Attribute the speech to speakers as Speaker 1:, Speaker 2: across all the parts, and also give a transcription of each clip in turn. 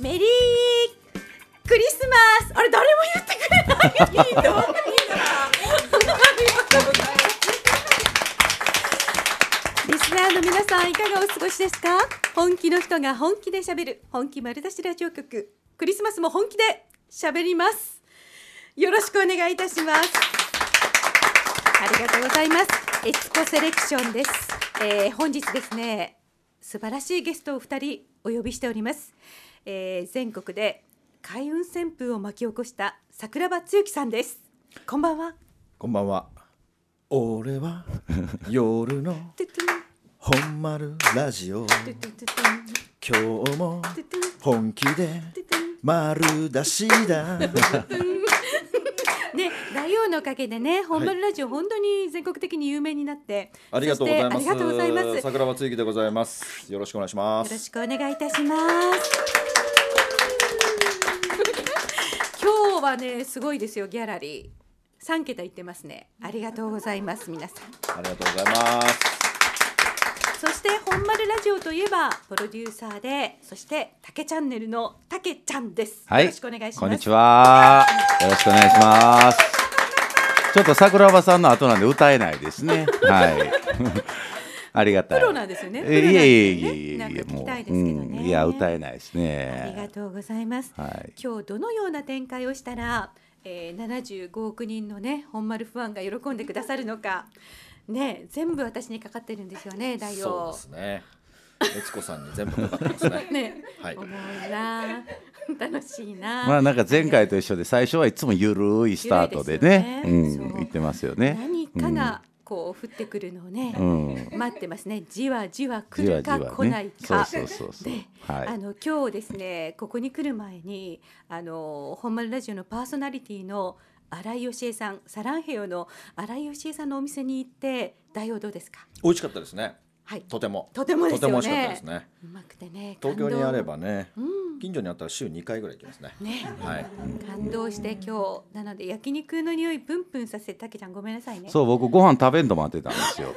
Speaker 1: メリークリスマスあれ誰も言ってくれないいいのリスナーの皆さんいかがお過ごしですか本気の人が本気で喋る本気丸出しラジオ局クリスマスも本気で喋りますよろしくお願いいたしますありがとうございますエスコセレクションです、えー本日ですね素晴らしいゲストを2人お呼びしております、えー全国で開運旋風を巻き起こした桜庭つゆきさんですこんばんは
Speaker 2: こんばんは。俺は夜の
Speaker 1: トゥトゥン
Speaker 2: 本丸ラジオ。
Speaker 1: トゥトゥントゥトゥン
Speaker 2: 今日も
Speaker 1: トゥトゥン
Speaker 2: 本気で
Speaker 1: トゥトゥン
Speaker 2: 丸出し だ。
Speaker 1: ね、大王のおかげでね、本丸ラジオ、本当に全国的に有名になって。
Speaker 2: ありがとうございま
Speaker 1: そし
Speaker 2: す。
Speaker 1: てありがとうございます。よ
Speaker 2: 桜庭つゆきでございます。よろしくお願いします。
Speaker 1: ろしくお願いいたします。今日はね、すごいですよ、ギャラリー。三桁いってますね。ありがとうございます、皆さん。
Speaker 2: ありがとうございます。
Speaker 1: そして本丸ラジオといえばプロデューサーでそして竹チャンネルの竹ちゃんです、
Speaker 3: はい、
Speaker 1: よろしくお願いします
Speaker 3: こんにちは。よろしくお願いします。ちょっと桜庭さんの後なんで歌えないで すね。はい。ありがたい。
Speaker 1: プロなんですよね
Speaker 3: え
Speaker 1: プロなんですよね
Speaker 3: いえいえいえいえ
Speaker 1: なんか聞きたいですけどね
Speaker 3: もう、うん、いや歌えないです
Speaker 1: ありが
Speaker 3: ね。
Speaker 1: とうございます、
Speaker 3: はい
Speaker 1: 今日どのような展開をしたら、えー、75億人のね本丸ファンが喜んでくださるのかね全部私にかかってるんですよね大
Speaker 2: そう
Speaker 1: 王
Speaker 2: ですね。悦子さんに全部かかってますね。
Speaker 1: ね、
Speaker 2: はい
Speaker 1: おもろいな楽しいな、
Speaker 3: まあなんか前回と一緒で最初はいつもゆるいスタートでね、
Speaker 1: ゆるいですよね
Speaker 3: う
Speaker 1: そうん
Speaker 3: 言ってますよね。
Speaker 1: 何かがこう降ってくるのをね、
Speaker 3: うん、うん、
Speaker 1: 待ってますねじわじわ来
Speaker 3: じわ
Speaker 1: る
Speaker 3: じ
Speaker 1: か
Speaker 3: わ
Speaker 1: 来な
Speaker 3: ね
Speaker 1: い。
Speaker 3: そう
Speaker 1: か
Speaker 3: そうそうそう
Speaker 1: で。
Speaker 3: は
Speaker 1: あ
Speaker 3: い。
Speaker 1: の今日ですねここに来る前にあの本丸ラジオのパーソナリティの新井義恵さんサランヘヨの新井義恵さんのお店に行って大王どうですか
Speaker 2: 美味しかったですね。
Speaker 1: はい
Speaker 2: とても。
Speaker 1: とてもです
Speaker 2: とても美
Speaker 1: よ
Speaker 2: 味しかったで
Speaker 1: ね
Speaker 2: すね。
Speaker 1: うまくてね
Speaker 2: 東京にあればね、
Speaker 1: 感動う
Speaker 2: 近所にあったら週2回ぐらい行きますね。
Speaker 1: んね
Speaker 2: はい。
Speaker 1: 感動して今日なので焼肉の匂いプンプンさせてたけちゃんごめんなさいね
Speaker 3: そう僕ご飯食べんと待ってたんですよ。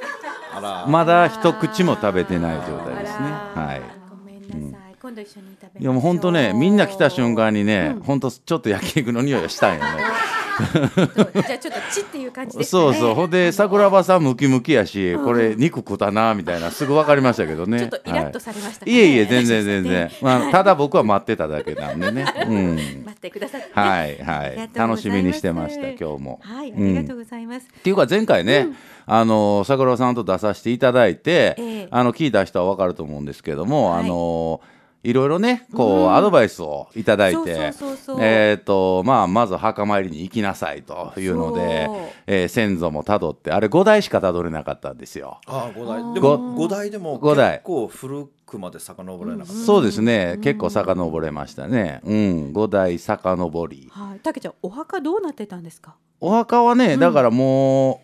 Speaker 2: あら。
Speaker 3: まだ一口も食べてない状態ですね。
Speaker 1: あら
Speaker 3: はい。
Speaker 1: ごめんなさい、今度一緒に食べましょう
Speaker 3: いやもう本当ね、みんな来た瞬間にね、本当ちょっと焼肉の匂いがしたんよ ね。
Speaker 1: そうじゃあちょっとチっていう感じですかね
Speaker 3: そうそう、ほんで桜庭さんムキムキやし、これ肉食ったなみたいな、すぐ分かりましたけどね。
Speaker 1: ちょっとイラッと
Speaker 3: は
Speaker 1: されました
Speaker 3: い
Speaker 1: か
Speaker 3: い
Speaker 1: ね
Speaker 3: えいえ、全然 全然、まあ、ただ僕は待ってただけなんでね。うん。
Speaker 1: 待ってくださってね、
Speaker 3: はい
Speaker 1: あ
Speaker 3: は
Speaker 1: りがとうござい
Speaker 3: い
Speaker 1: ます、
Speaker 3: 楽しみにしてました、今日も。
Speaker 1: はい、あ
Speaker 3: う
Speaker 1: り
Speaker 3: ん
Speaker 1: がとうございます。
Speaker 3: っていうか前回ね、あの桜庭さんと出させていただいて、
Speaker 1: ええ
Speaker 3: あの聞いた人は分かると思うんですけども、
Speaker 1: はい
Speaker 3: あのいろいろねこうアドバイスをいただい
Speaker 1: そうそう
Speaker 3: て
Speaker 1: そうそう
Speaker 3: えーとまあまず墓参りに行きなさいというので
Speaker 1: そう、
Speaker 3: えー先祖もたどってあれ5代しかたどれなかったんですよ。
Speaker 2: ああ五代で
Speaker 3: ご
Speaker 2: も五代でも
Speaker 3: 五代
Speaker 2: 結構古くまで遡られなかった、
Speaker 3: そうですね、結構遡れましたね、うん、5代遡り
Speaker 1: はい、たけちゃん、お墓どうなってたんですか。
Speaker 3: お墓はね、だからも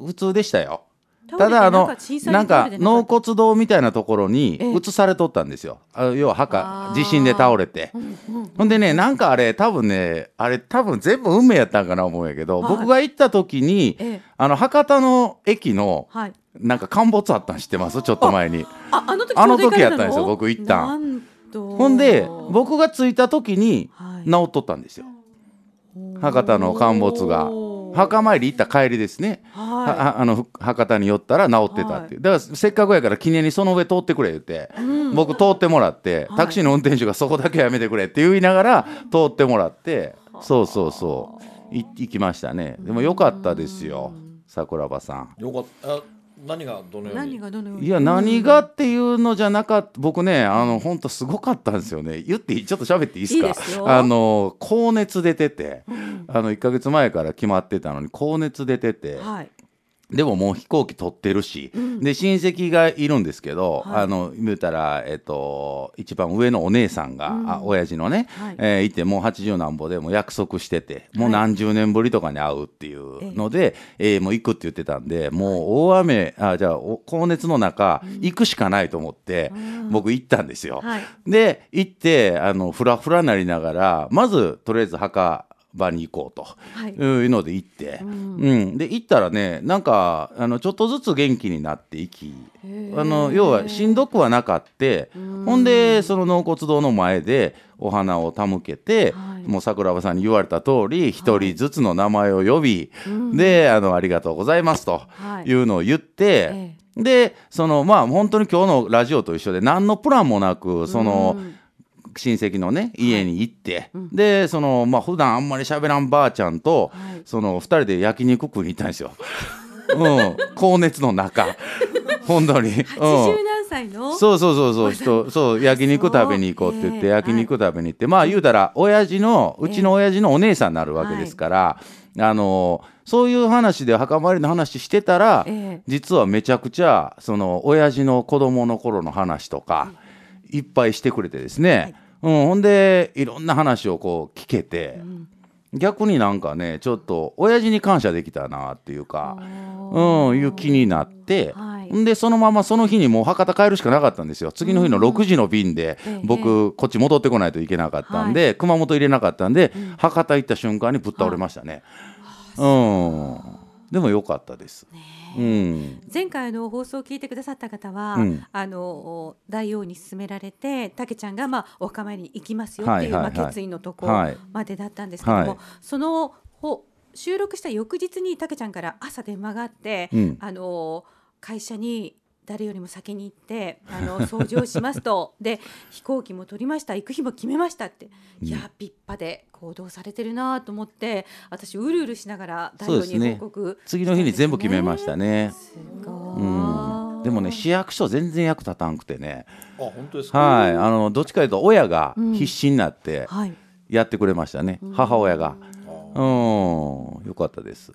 Speaker 3: う普通でしたよ。ただあのなんか納骨堂みたいなところに
Speaker 1: ええ
Speaker 3: 移されとったんですよ、あ要は
Speaker 1: あ
Speaker 3: 墓
Speaker 1: ー
Speaker 3: 地震で倒れて、ほんでねなんかあれ多分ねあれ多分全部運命やったんかな思うんやけど、
Speaker 1: はい
Speaker 3: 僕が行った時に、
Speaker 1: ええ
Speaker 3: あの博多の駅の
Speaker 1: はい。
Speaker 3: なんか陥没あったん知ってますちょっと前に
Speaker 1: あ、あの時
Speaker 3: あの時
Speaker 1: ちょうど行かれ
Speaker 3: やったんですよ僕行ったん
Speaker 1: なんと
Speaker 3: ほんで僕が着いた時に
Speaker 1: はい
Speaker 3: 治っとったんですよ、博多の陥没が
Speaker 1: おー
Speaker 3: 墓参り行った帰りですね、
Speaker 1: は
Speaker 3: はあのふ博多に寄ったら治ってたっていう、だからせっかくやから記念にその上通ってくれ言って、僕通ってもらって、
Speaker 1: はい
Speaker 3: タクシーの運転手がそこだけはやめてくれって言いながら通ってもらって、そうそうそうい行きましたねでも良かったですよ桜庭さん。
Speaker 2: よかったあ何がどの
Speaker 1: い。
Speaker 2: よう
Speaker 1: 何
Speaker 2: に
Speaker 1: がどのように。
Speaker 3: いや何がっていうのじゃなかった僕ねあの本当すごかったんですよね言っていいちょっと喋っていいですか
Speaker 1: いいですよ
Speaker 3: あの高熱出てて、あの1か月前から決まってたのに高熱出てて、
Speaker 1: はい。
Speaker 3: でももう飛行機取ってるし、で親戚がいるんですけど、
Speaker 1: はい
Speaker 3: あの言うたら、えっと、一番上のお姉さんが、あ親父のね、
Speaker 1: はい
Speaker 3: いえーいてもう80何歩でもう約束しててもう何十年ぶりとかに会うっていうので、えーもう行くって言ってたんでもう大雨あじゃあお高熱の中、行くしかないと思って、僕行ったんですよ。
Speaker 1: はい。
Speaker 3: で行ってあのフラフラなりながらまずとりあえず墓場に行こうと、
Speaker 1: はい
Speaker 3: い、うので行って、うんで行ったらねなんかあのちょっとずつ元気になっていきあの要はしんどくはなかってほんでその納骨堂の前でお花を手向けて、
Speaker 1: はい
Speaker 3: もう桜庭さんに言われた通り一人ずつの名前を呼び、であの「ありがとうございます」と
Speaker 1: はい
Speaker 3: いうのを言って。
Speaker 1: え
Speaker 3: でそのまあ本当に今日のラジオと一緒で何のプランもなくその親戚のね家に行って、でそのまあ普段あんまり喋らんばあちゃんと、
Speaker 1: はい
Speaker 3: その2人で焼肉食いに行ったんですよ。 うん、高熱の 中本当に。う
Speaker 1: 八
Speaker 3: ん
Speaker 1: 十何歳の
Speaker 3: そうそうそうそう人そう焼肉食べに行こうって言って
Speaker 1: そうええ
Speaker 3: 焼肉食べに行って、まあ言うたら親父のうちの親父のお姉さんになるわけですから、あのそういう話で墓参りの話してたら、
Speaker 1: ええ
Speaker 3: 実はめちゃくちゃその親父の子供の頃の話とか、いっぱいしてくれてですね、うん、ほんでいろんな話をこう聞けて。逆になんかねちょっと親父に感謝できたなっていうか、うん、いう気になって、
Speaker 1: はい
Speaker 3: んでそのままその日にもう博多帰るしかなかったんですよ次の日の6時の便で
Speaker 1: ええ
Speaker 3: 僕、こっち戻ってこないといけなかったんで、熊本入れなかったんで、博多行った瞬間にぶっ倒れましたね、うんでも良かったです、うん
Speaker 1: 前回の放送を聞いてくださった方は、
Speaker 3: うん
Speaker 1: あの大王に勧められてたけちゃんが、まあ、お墓参りに行きますよっ
Speaker 3: は
Speaker 1: て
Speaker 3: い
Speaker 1: いう、
Speaker 3: はいはい
Speaker 1: まあ、決意のとこ
Speaker 3: はい
Speaker 1: までだったんですけども、
Speaker 3: はい
Speaker 1: そのほ収録した翌日にたけちゃんから朝電話があって、
Speaker 3: うん
Speaker 1: あの会社に誰よりも先に行ってあの掃除をしますとで飛行機も取りました行く日も決めましたって、いや立派で行動されてるなと思って私うるうるしながら大王
Speaker 3: そうです
Speaker 1: に
Speaker 3: ね
Speaker 1: 報告したん
Speaker 3: 次の日に全部決めまし
Speaker 1: ですね
Speaker 3: たね
Speaker 1: すご
Speaker 3: う
Speaker 1: い
Speaker 3: んでもね市役所全然役立たんくてね、
Speaker 2: 本当ですか。
Speaker 3: はい、あのどっちかというと親が必死になって、
Speaker 1: はい。
Speaker 3: やってくれましたね、母親が。うん、よかったです。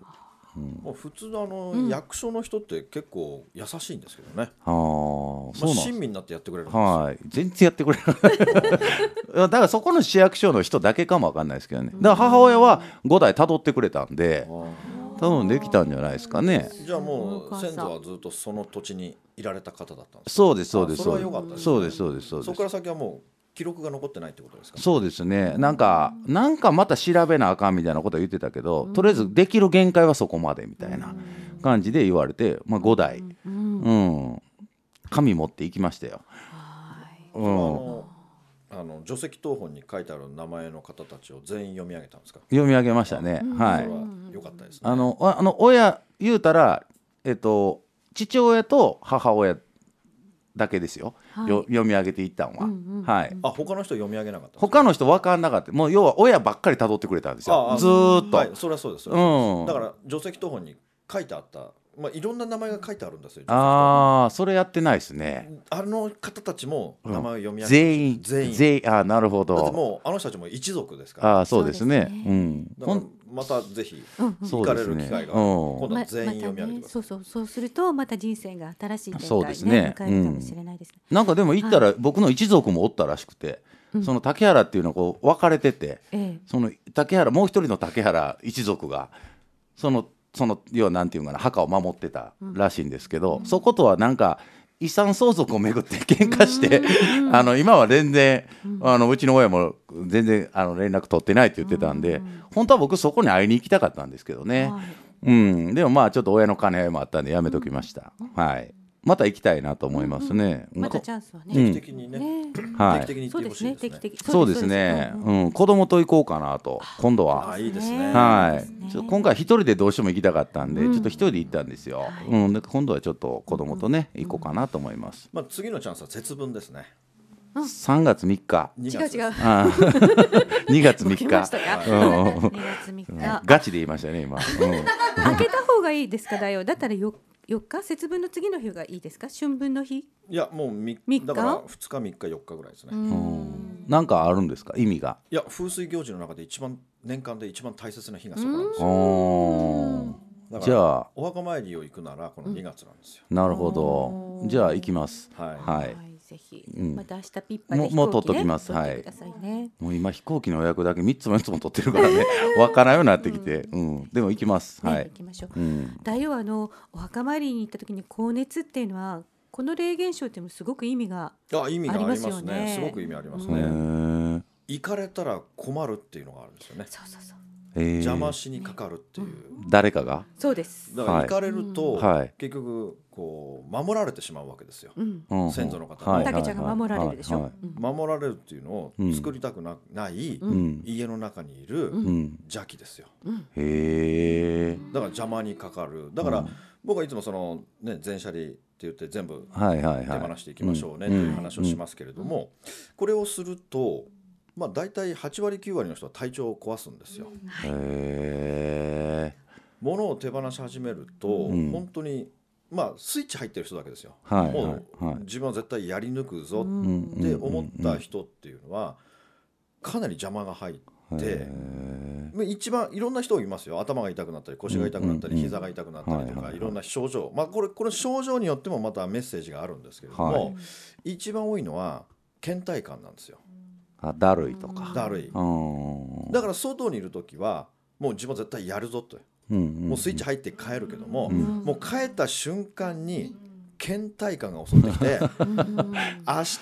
Speaker 2: まあ普通のあの、役所の人って結構優しいんですけどね。
Speaker 3: ああ、そ
Speaker 2: まあ、
Speaker 3: うなん
Speaker 2: 親身になってやってくれるんですよ。
Speaker 3: はい、全然やってくれ ない。だからそこの市役所の人だけかもわかんないですけどね。だから母親は5代辿ってくれたんで、多分できたんじゃないですかね。
Speaker 2: じゃあも
Speaker 1: お
Speaker 2: う
Speaker 1: 母さん
Speaker 2: 先祖はずっとその土地にいられた方だったんですか
Speaker 3: そうです、そうです、
Speaker 2: あ
Speaker 3: そ
Speaker 2: それは
Speaker 3: う
Speaker 2: 良かった
Speaker 3: で。
Speaker 2: ですす
Speaker 3: そうです、そうです、そう
Speaker 2: そ
Speaker 3: で
Speaker 2: こか
Speaker 3: す。
Speaker 2: ら先はもう記録が残ってないってことですか
Speaker 3: そうですね、なんか、なんかまた調べなあかんみたいなことは言ってたけど、とりあえずできる限界はそこまでみたいな感じで言われて、まあ5代、うん、紙持っていきましたよ。
Speaker 2: それはあのあの除籍謄本に書いてある名前の方たちを全員読み上げたんですか
Speaker 3: 読み上げましたね。は
Speaker 2: それ
Speaker 3: い。
Speaker 2: は良かったですね
Speaker 3: あの、ああの親言うたら、えっと父親と母親だけですよ。
Speaker 1: はい
Speaker 3: よ読み上げていったんは、はい。
Speaker 2: あ他の人読み上げなかったんですか
Speaker 3: 他の人分かんなかった。もう要は親ばっかり辿ってくれたんです
Speaker 2: あ
Speaker 3: よ。
Speaker 2: あ
Speaker 3: ずーっと。
Speaker 2: はいそれはそうですそれはそうですだから除籍謄本に書いてあったまあいろんな名前が書いてあるんですよ
Speaker 3: ああ、それやってないですね。
Speaker 2: あの方たちも名前を読み上げて
Speaker 3: 全員、
Speaker 2: 全員
Speaker 3: 全員、あー、なるほ
Speaker 2: だって
Speaker 3: ど。
Speaker 2: もうあの人たちも一族ですから
Speaker 3: ああ、そうですね。うん。ほ
Speaker 2: だから
Speaker 3: ん
Speaker 2: またぜひ
Speaker 3: そ
Speaker 2: 行
Speaker 3: う
Speaker 2: か
Speaker 3: で
Speaker 2: れ
Speaker 3: す
Speaker 2: る
Speaker 3: ね
Speaker 2: 機会が
Speaker 3: うん
Speaker 2: 今度は
Speaker 1: ま
Speaker 2: 全員読み上げてくださ
Speaker 1: また
Speaker 2: い
Speaker 1: ねそうそうそうするとまた人生が新しい展開
Speaker 3: そうですね
Speaker 1: 迎えるかもしれないですね。
Speaker 3: なんかでも行ったら、僕の一族もおったらしくて、その竹原っていうのはこう分かれてて、
Speaker 1: ええ
Speaker 3: その竹原もう一人の竹原一族がそのその要はなんていうのかな墓を守ってたらしいんですけど、そことはなんか遺産相続をめぐって喧嘩して、 あの今は全然、あのうちの親も全然あの連絡取ってないって言ってたんで、本当は僕そこに会いに行きたかったんですけどね、
Speaker 1: はい
Speaker 3: うん、でもまあちょっと親の兼ね合いもあったんでやめときました、はい、また行きたいなと思いますね。
Speaker 1: またチャンスは
Speaker 2: 定
Speaker 1: ね。
Speaker 2: 期的にね
Speaker 1: ね
Speaker 3: はい
Speaker 2: 定期的に
Speaker 1: そ
Speaker 2: 行
Speaker 1: う
Speaker 2: って
Speaker 1: で
Speaker 2: ほ
Speaker 1: す
Speaker 2: しい
Speaker 1: ね。
Speaker 2: です
Speaker 1: 定
Speaker 2: ね
Speaker 1: 期的
Speaker 3: そうですね。うん、子供と行こうかなと、今度
Speaker 2: あ
Speaker 3: は。
Speaker 2: いいです
Speaker 1: ね
Speaker 2: ね
Speaker 3: はい、ちょ今回一人でどうしても行きたかったんで、ちょっと一人で行ったんですよ。うん、で今度はちょっと子供とね、行こうかなと思います。
Speaker 2: まあ次のチャンスは節分ですね
Speaker 3: 3月3日。
Speaker 2: 2
Speaker 1: 違う
Speaker 2: 月
Speaker 1: 違う。
Speaker 3: あー2月
Speaker 1: ボ
Speaker 3: 3
Speaker 1: ケまし
Speaker 3: 日
Speaker 1: た。か。
Speaker 3: うん
Speaker 1: 2月3日。
Speaker 3: ガチで言いましたね、今。うん
Speaker 1: 開けた方がいいですかだよ。だったらよ4日節分の次の日がいいですか。春分の日。
Speaker 2: いやもうみ
Speaker 1: 三日
Speaker 2: だから2日3日4日ぐらいですね
Speaker 3: なんかあるんですか、意味が。
Speaker 2: いや風水行事の中で一番年間で一番大切な日がそこなんです
Speaker 3: お
Speaker 2: よ
Speaker 3: ー
Speaker 2: だから
Speaker 3: じゃあ
Speaker 2: お墓参りを行くならこの2月なんですよ
Speaker 3: なるほど。じゃあ行きます。
Speaker 2: はい
Speaker 3: はい。
Speaker 1: ぜひ。また明日ピッパで
Speaker 3: も
Speaker 1: 飛行機ね。
Speaker 3: もう取っときます
Speaker 1: 取っ
Speaker 3: は
Speaker 1: て
Speaker 3: い
Speaker 1: くださいね。
Speaker 3: もう今飛行機の予約だけ3つも4つも取ってるからねわからんようになってきて、うん、でも行きます、
Speaker 1: ね、
Speaker 3: は
Speaker 1: 行
Speaker 3: い、
Speaker 1: きましょう。
Speaker 3: うん、
Speaker 1: だよあのお墓参りに行った時に高熱っていうのはこの霊現象っていうのもすごく意味が
Speaker 2: あ意味があります
Speaker 1: ありますよ
Speaker 2: ね
Speaker 1: ね
Speaker 2: すごく意味あります
Speaker 3: へ
Speaker 2: ね
Speaker 3: ー
Speaker 2: 行かれたら困るっていうのがあるんですよね
Speaker 1: そうそうそう
Speaker 3: えー
Speaker 2: 邪魔しにかかるっていう。
Speaker 3: 誰かが
Speaker 1: そうです。
Speaker 2: だから
Speaker 3: はい
Speaker 2: 行かれると、
Speaker 3: はい
Speaker 2: 結局こう守られてしまうわけですよ。
Speaker 1: うん。
Speaker 3: うん
Speaker 2: 先祖の方
Speaker 3: はい
Speaker 2: た
Speaker 1: 竹ちゃんが守られるでし
Speaker 3: は
Speaker 1: ょ
Speaker 3: い。
Speaker 1: うん
Speaker 2: 守られるっていうのを
Speaker 3: うん
Speaker 2: 作りたくな,、い
Speaker 1: うん
Speaker 3: うん
Speaker 2: 家の中にいる
Speaker 1: うん
Speaker 3: うん
Speaker 2: 邪気ですよ。
Speaker 3: へえ
Speaker 2: だから邪魔にかかる。だから、僕はいつもそのね全車輪って言って全部
Speaker 3: はいはい
Speaker 2: 手
Speaker 3: は
Speaker 2: 放
Speaker 3: い
Speaker 2: していきましょうね
Speaker 3: う
Speaker 2: と
Speaker 3: ん
Speaker 2: いう話をしますけれども、これをすると、まあ、大体8割9割の人は体調を壊すんですよ。
Speaker 3: へえ
Speaker 2: 物を手放し始めると、
Speaker 3: ん
Speaker 2: 本当に、まあ、スイッチ入ってる人だけですよ。
Speaker 3: はい
Speaker 2: もう、
Speaker 3: はいはい
Speaker 2: 自分は絶対やり抜く
Speaker 1: う
Speaker 2: ぞ
Speaker 3: うんん
Speaker 2: って思った人っていうのはかなり邪魔が入って。まあ一番いろんな人いますよ頭が痛くなったり腰が痛くなったり、
Speaker 3: うんうんうん
Speaker 2: 膝が痛くなったり
Speaker 3: は
Speaker 2: と
Speaker 3: いはいは
Speaker 2: か
Speaker 3: い
Speaker 2: いろんな症状、まあ、これこれ症状によってもまたメッセージがあるんですけれども、
Speaker 3: は
Speaker 2: 一番多いのは倦怠感なんですよ
Speaker 3: あだるいとか
Speaker 2: だるい
Speaker 3: うん
Speaker 2: だから外にいる時はもう自分は絶対やるぞとも
Speaker 3: も
Speaker 2: うスイッチ入って帰るけども、
Speaker 3: うん
Speaker 2: もう帰った瞬間に倦怠感が襲って きて明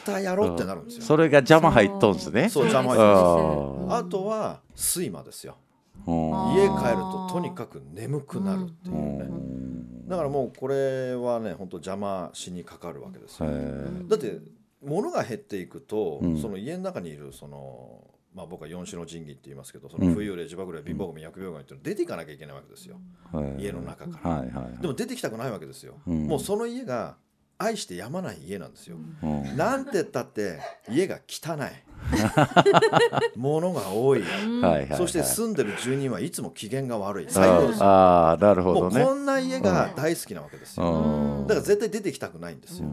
Speaker 2: 日やろうってなるんですよ。
Speaker 3: それが邪魔入っとんですね
Speaker 2: そう邪魔入っ
Speaker 3: とんです
Speaker 2: あとは睡魔ですよ
Speaker 3: うん
Speaker 2: 家帰るととにかく眠 くなるっていう
Speaker 3: う
Speaker 2: ねだからもうこれはね本当邪魔しにかかるわけですよ、
Speaker 3: へ
Speaker 2: だって物が減っていくと、
Speaker 3: うん
Speaker 2: その家の中にいるその、まあ、僕は四種の神器って言いますけどそうの
Speaker 3: ん
Speaker 2: 冬霊自爆霊貧乏神疫病神っていうの出ていかなきゃいけないわけですよ、
Speaker 3: え
Speaker 2: 家の中から、
Speaker 3: はいはい
Speaker 2: でも出てきたくないわけですよ、
Speaker 3: うん
Speaker 2: もうその家が愛してやまない家なんですよ、
Speaker 3: うん
Speaker 2: なんて言ったって家が 汚い物が多い
Speaker 3: はいはいはい
Speaker 2: そして住んでる住人はいつも機嫌が悪い最高です
Speaker 3: ああーなるほ
Speaker 2: も
Speaker 3: ど
Speaker 2: う
Speaker 3: ね
Speaker 2: こんな家が大好きなわけですよ
Speaker 3: うん
Speaker 2: だから絶対出てきたくないんですよ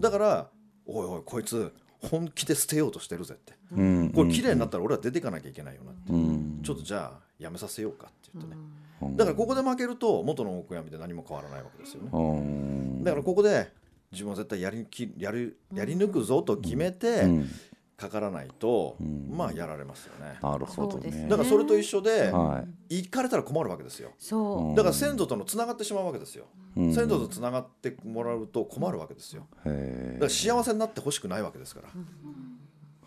Speaker 2: だからおいおいこいつ本気で捨てようとしてるぜって
Speaker 3: うん
Speaker 2: これ綺麗になったら俺は出ていかなきゃいけないよなって
Speaker 3: うん
Speaker 2: ちょっとじゃあやめさせようかって言ってねだからここで負けると元の大悔やみで何も変わらないわけですよね
Speaker 3: うん
Speaker 2: だからここで自分は絶対やりきやるやり抜くぞと決めて
Speaker 3: うん
Speaker 2: かからないと
Speaker 3: ん
Speaker 2: まあやられますよね
Speaker 3: なるほ
Speaker 1: そ
Speaker 3: ど
Speaker 1: うです
Speaker 3: ね
Speaker 1: ね
Speaker 2: だからそれと一緒で
Speaker 3: は
Speaker 2: 行かれたら困るわけですよ
Speaker 1: そうう。
Speaker 3: ん
Speaker 2: だから先祖とのつながってしまうわけですよ
Speaker 3: いうん
Speaker 2: 先祖とつながってもらうと困るわけですよだ
Speaker 3: へ
Speaker 2: から幸せになってほしくないわけですか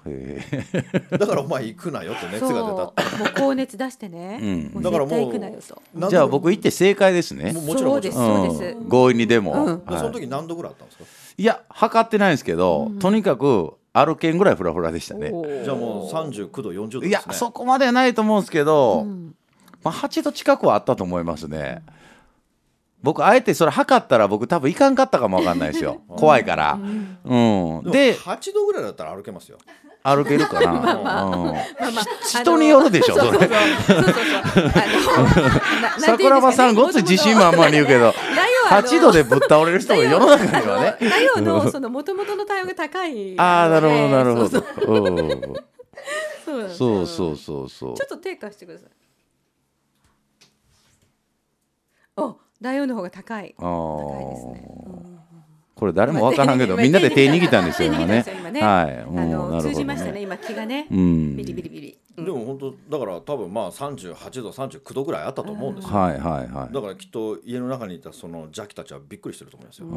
Speaker 3: えへ
Speaker 2: らだからお前行くなよって熱
Speaker 1: そう。
Speaker 2: が出た
Speaker 1: もう高熱出してね。
Speaker 3: う
Speaker 1: も
Speaker 3: ん
Speaker 1: う
Speaker 2: だか
Speaker 1: 絶
Speaker 2: らもう
Speaker 1: 対行くなよと。
Speaker 2: 何度
Speaker 3: えじゃあ僕行って正解ですね
Speaker 2: もうもちろ
Speaker 1: そう
Speaker 2: んも
Speaker 1: で
Speaker 2: ちろ
Speaker 1: す
Speaker 2: ん
Speaker 1: そうで
Speaker 3: う
Speaker 1: す
Speaker 3: ん。強引にでも
Speaker 1: うん
Speaker 3: はい
Speaker 2: その時何度ぐらいあったんですか
Speaker 3: いや測ってないんですけど、とにかく歩けんぐらいフラフラでしたね。
Speaker 1: おー
Speaker 2: じゃあもう39度40度ですね
Speaker 3: いや、そこまではないと思うんですけど、
Speaker 1: ん
Speaker 3: まあ、8度近くはあったと思いますね。僕あえてそれ測ったら僕多分いかんかったかもわかんないで すよ怖いから、うん、
Speaker 2: で
Speaker 3: で
Speaker 2: も8度ぐらいだったら歩けますよ
Speaker 3: 歩けるかな、うん
Speaker 1: まあまあ
Speaker 3: 人によるでしょ
Speaker 1: あの
Speaker 3: それ
Speaker 1: そうそうそうそうあの ななんていうんですかね
Speaker 3: 桜庭さんごっつい自信満々に言うけ ど
Speaker 1: だよあの
Speaker 3: 8度でぶっ倒れる人も世の中にはね
Speaker 1: 太陽のその元々の体温が高い。
Speaker 3: ああなるほどなるほ
Speaker 1: そう
Speaker 3: どうん
Speaker 1: そうそう
Speaker 3: そうそうそうそう
Speaker 1: ちょっと低下してください。お、大王の方が高い。
Speaker 3: あ
Speaker 1: 高いです
Speaker 3: ー
Speaker 1: ね。うん
Speaker 3: これ誰もわからんけど、
Speaker 1: 今
Speaker 3: みんなで手握ったんですよ、
Speaker 1: 手握
Speaker 3: 今
Speaker 1: ったんで
Speaker 3: ね
Speaker 1: すよ。
Speaker 3: はい、
Speaker 1: あの通じました
Speaker 3: ね。
Speaker 1: ね今気がね。
Speaker 3: うん
Speaker 1: ビリビリビリ。
Speaker 2: でも本当だから多分まあ38度39度ぐらいあったと思うんですよ
Speaker 3: はいはいはい。
Speaker 2: だからきっと家の中にいたその邪気たちはびっくりしてると思いますよ